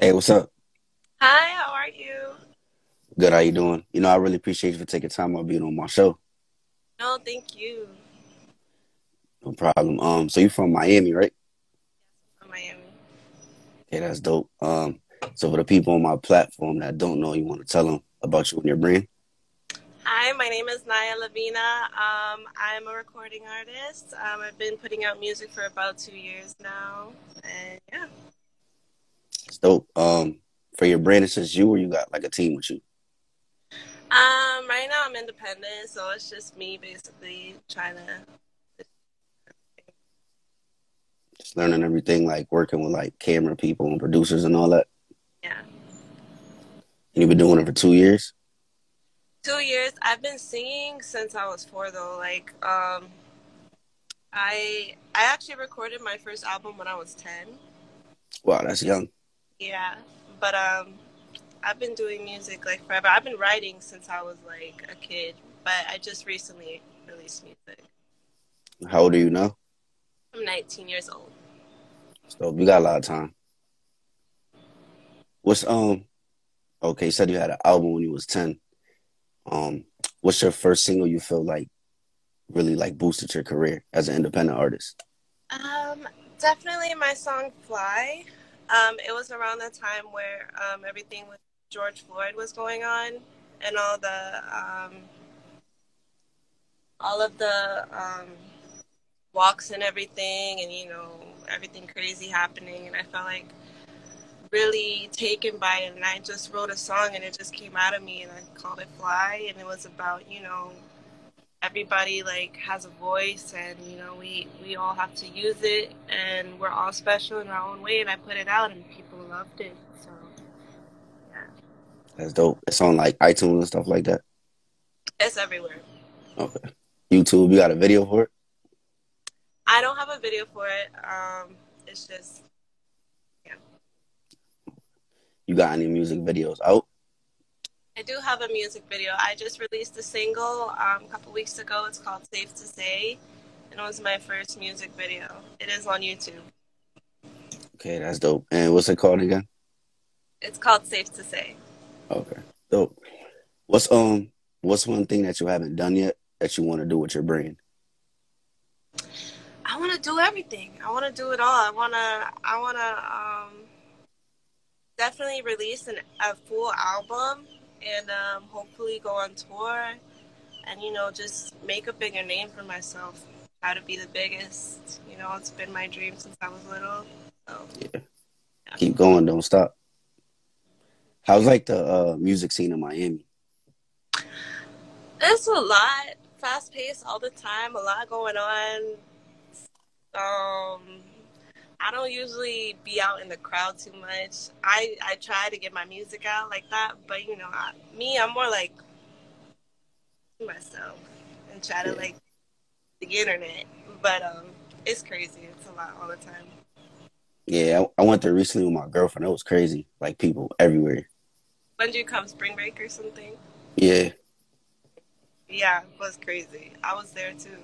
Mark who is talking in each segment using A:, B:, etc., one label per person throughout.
A: Hey, what's up?
B: Hi, how are you?
A: Good. How you doing? You know, I really appreciate you for taking time out being on my show.
B: No, thank you.
A: No problem. Um, so you from Miami, right?
B: I'm Miami.
A: Hey, that's dope. Um, so for the people on my platform that don't know, you want to tell them about you and your brand?
B: Hi, my name is Naya Lavina. Um, I'm a recording artist. Um, I've been putting out music for about two years now, and yeah,
A: It's dope. Um, for your brand, it's just you, or you got like a team with you?
B: um, right now I'm independent, so it's just me basically trying to.
A: Just learning everything, like working with like camera people and producers and all that.
B: Yeah,
A: And you've been doing it for two years.
B: two years. I've been singing since I was four, though. Like, um, I I actually recorded my first album when I was ten.
A: Wow, that's young.
B: Yeah, but um, I've been doing music like forever. I've been writing since I was like a kid, but I just recently released music.
A: How old are you now?
B: I'm 19 years old.
A: It's dope. You got a lot of time. What's um? Okay, you said you had an album when you was ten. Um, what's your first single you feel like really like boosted your career as an independent artist?
B: Um, definitely my song "Fly." Um, it was around the time where um, everything with George Floyd was going on, and all the um, all of the um, walks and everything, and you know everything crazy happening, and I felt like really taken by it and I just wrote a song and it just came out of me and I called it Fly and it was about, you know, everybody like has a voice and you know we we all have to use it and we're all special in our own way and I put it out and people loved it. So
A: That's dope. It's on like iTunes and stuff like that.
B: it's everywhere.
A: Okay. YouTube, you got a video for it?
B: I don't have a video for it. Um it's just
A: You got any music videos out?
B: I do have a music video. I just released a single um, a couple weeks ago. It's called Safe to Say and it was my first music video. It is on YouTube.
A: Okay, that's dope. And what's it called again?
B: It's called Safe to Say.
A: Okay. Dope. What's um what's one thing that you haven't done yet that you want to do with your brand?
B: I want to do everything. I want to do it all. I want to. I want to um, definitely release an, a full album and um, hopefully go on tour and you know just make a bigger name for myself. How to be the biggest. You know, it's been my dream since I was little. So
A: Keep going, don't stop. How's like the uh music scene in Miami?
B: it's a lot, fast paced all the time. A lot going on. Um. I don't usually be out in the crowd too much. I, I try to get my music out like that, but you know, I, me, I'm more like myself and try to
A: Yeah.
B: like the internet. But um, it's crazy. It's a lot all the time.
A: Yeah, I, I went there recently with my girlfriend. It was crazy. Like people everywhere.
B: When do you come, spring break or something?
A: Yeah.
B: Yeah, it was crazy. I was there too.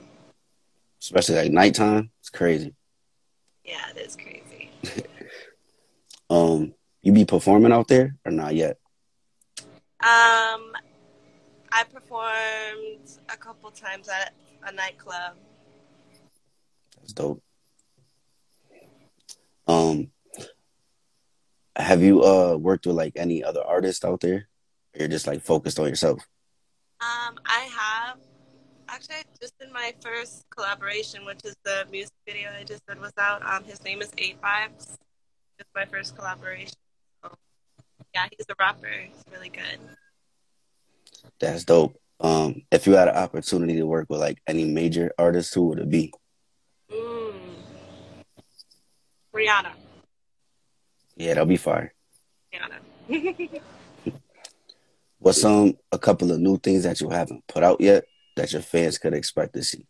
A: Especially like nighttime. It's crazy.
B: Yeah, it is crazy.
A: Um, you be performing out there or not yet?
B: Um, I performed a couple times at a nightclub.
A: That's dope. Um, have you uh worked with like any other artists out there? Or you're just like focused on yourself.
B: Um, I have actually just in my first collaboration, which is the music video I just said was out. Um, his name is Eight Vibes. It's my first collaboration. So, yeah, he's a rapper. He's really good.
A: That's dope. Um, if you had an opportunity to work with like any major artist, who would it be?
B: Mm. Rihanna.
A: Yeah, that'll be fire.
B: Rihanna.
A: What's um a couple of new things that you haven't put out yet that your fans could expect to see?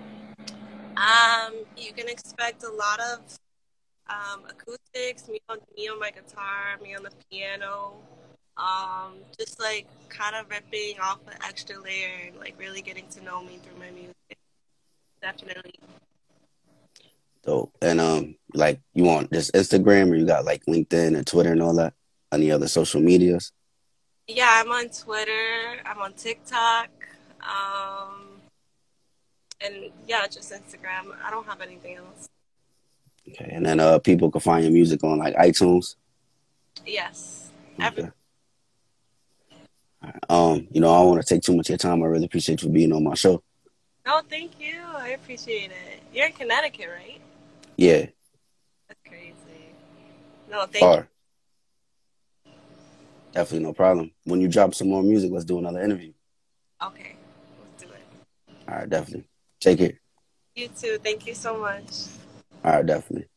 B: um, you can expect a lot of um, acoustics, me on, me on my guitar, me on the piano. Um, just like kind of ripping off an extra layer and like really getting to know me through my music. Definitely.
A: So and um like you want just Instagram or you got like LinkedIn and Twitter and all that? Any other social medias?
B: Yeah, I'm on Twitter. I'm on TikTok. Um, and yeah, just Instagram. I don't have anything else.
A: Okay. And then uh people can find your music on like iTunes.
B: Yes. Every-
A: Okay. All right. Um, you know, I don't want to take too much of your time. I really appreciate you being on my show.
B: No, thank you. I appreciate it. You're in Connecticut, right?
A: Yeah.
B: That's crazy. No, thank
A: Far. Definitely no problem. When you drop some more music, let's do another interview.
B: you. Okay. Let's do it.
A: All right, definitely. Take care.
B: You too. Thank you so much.
A: All right, definitely.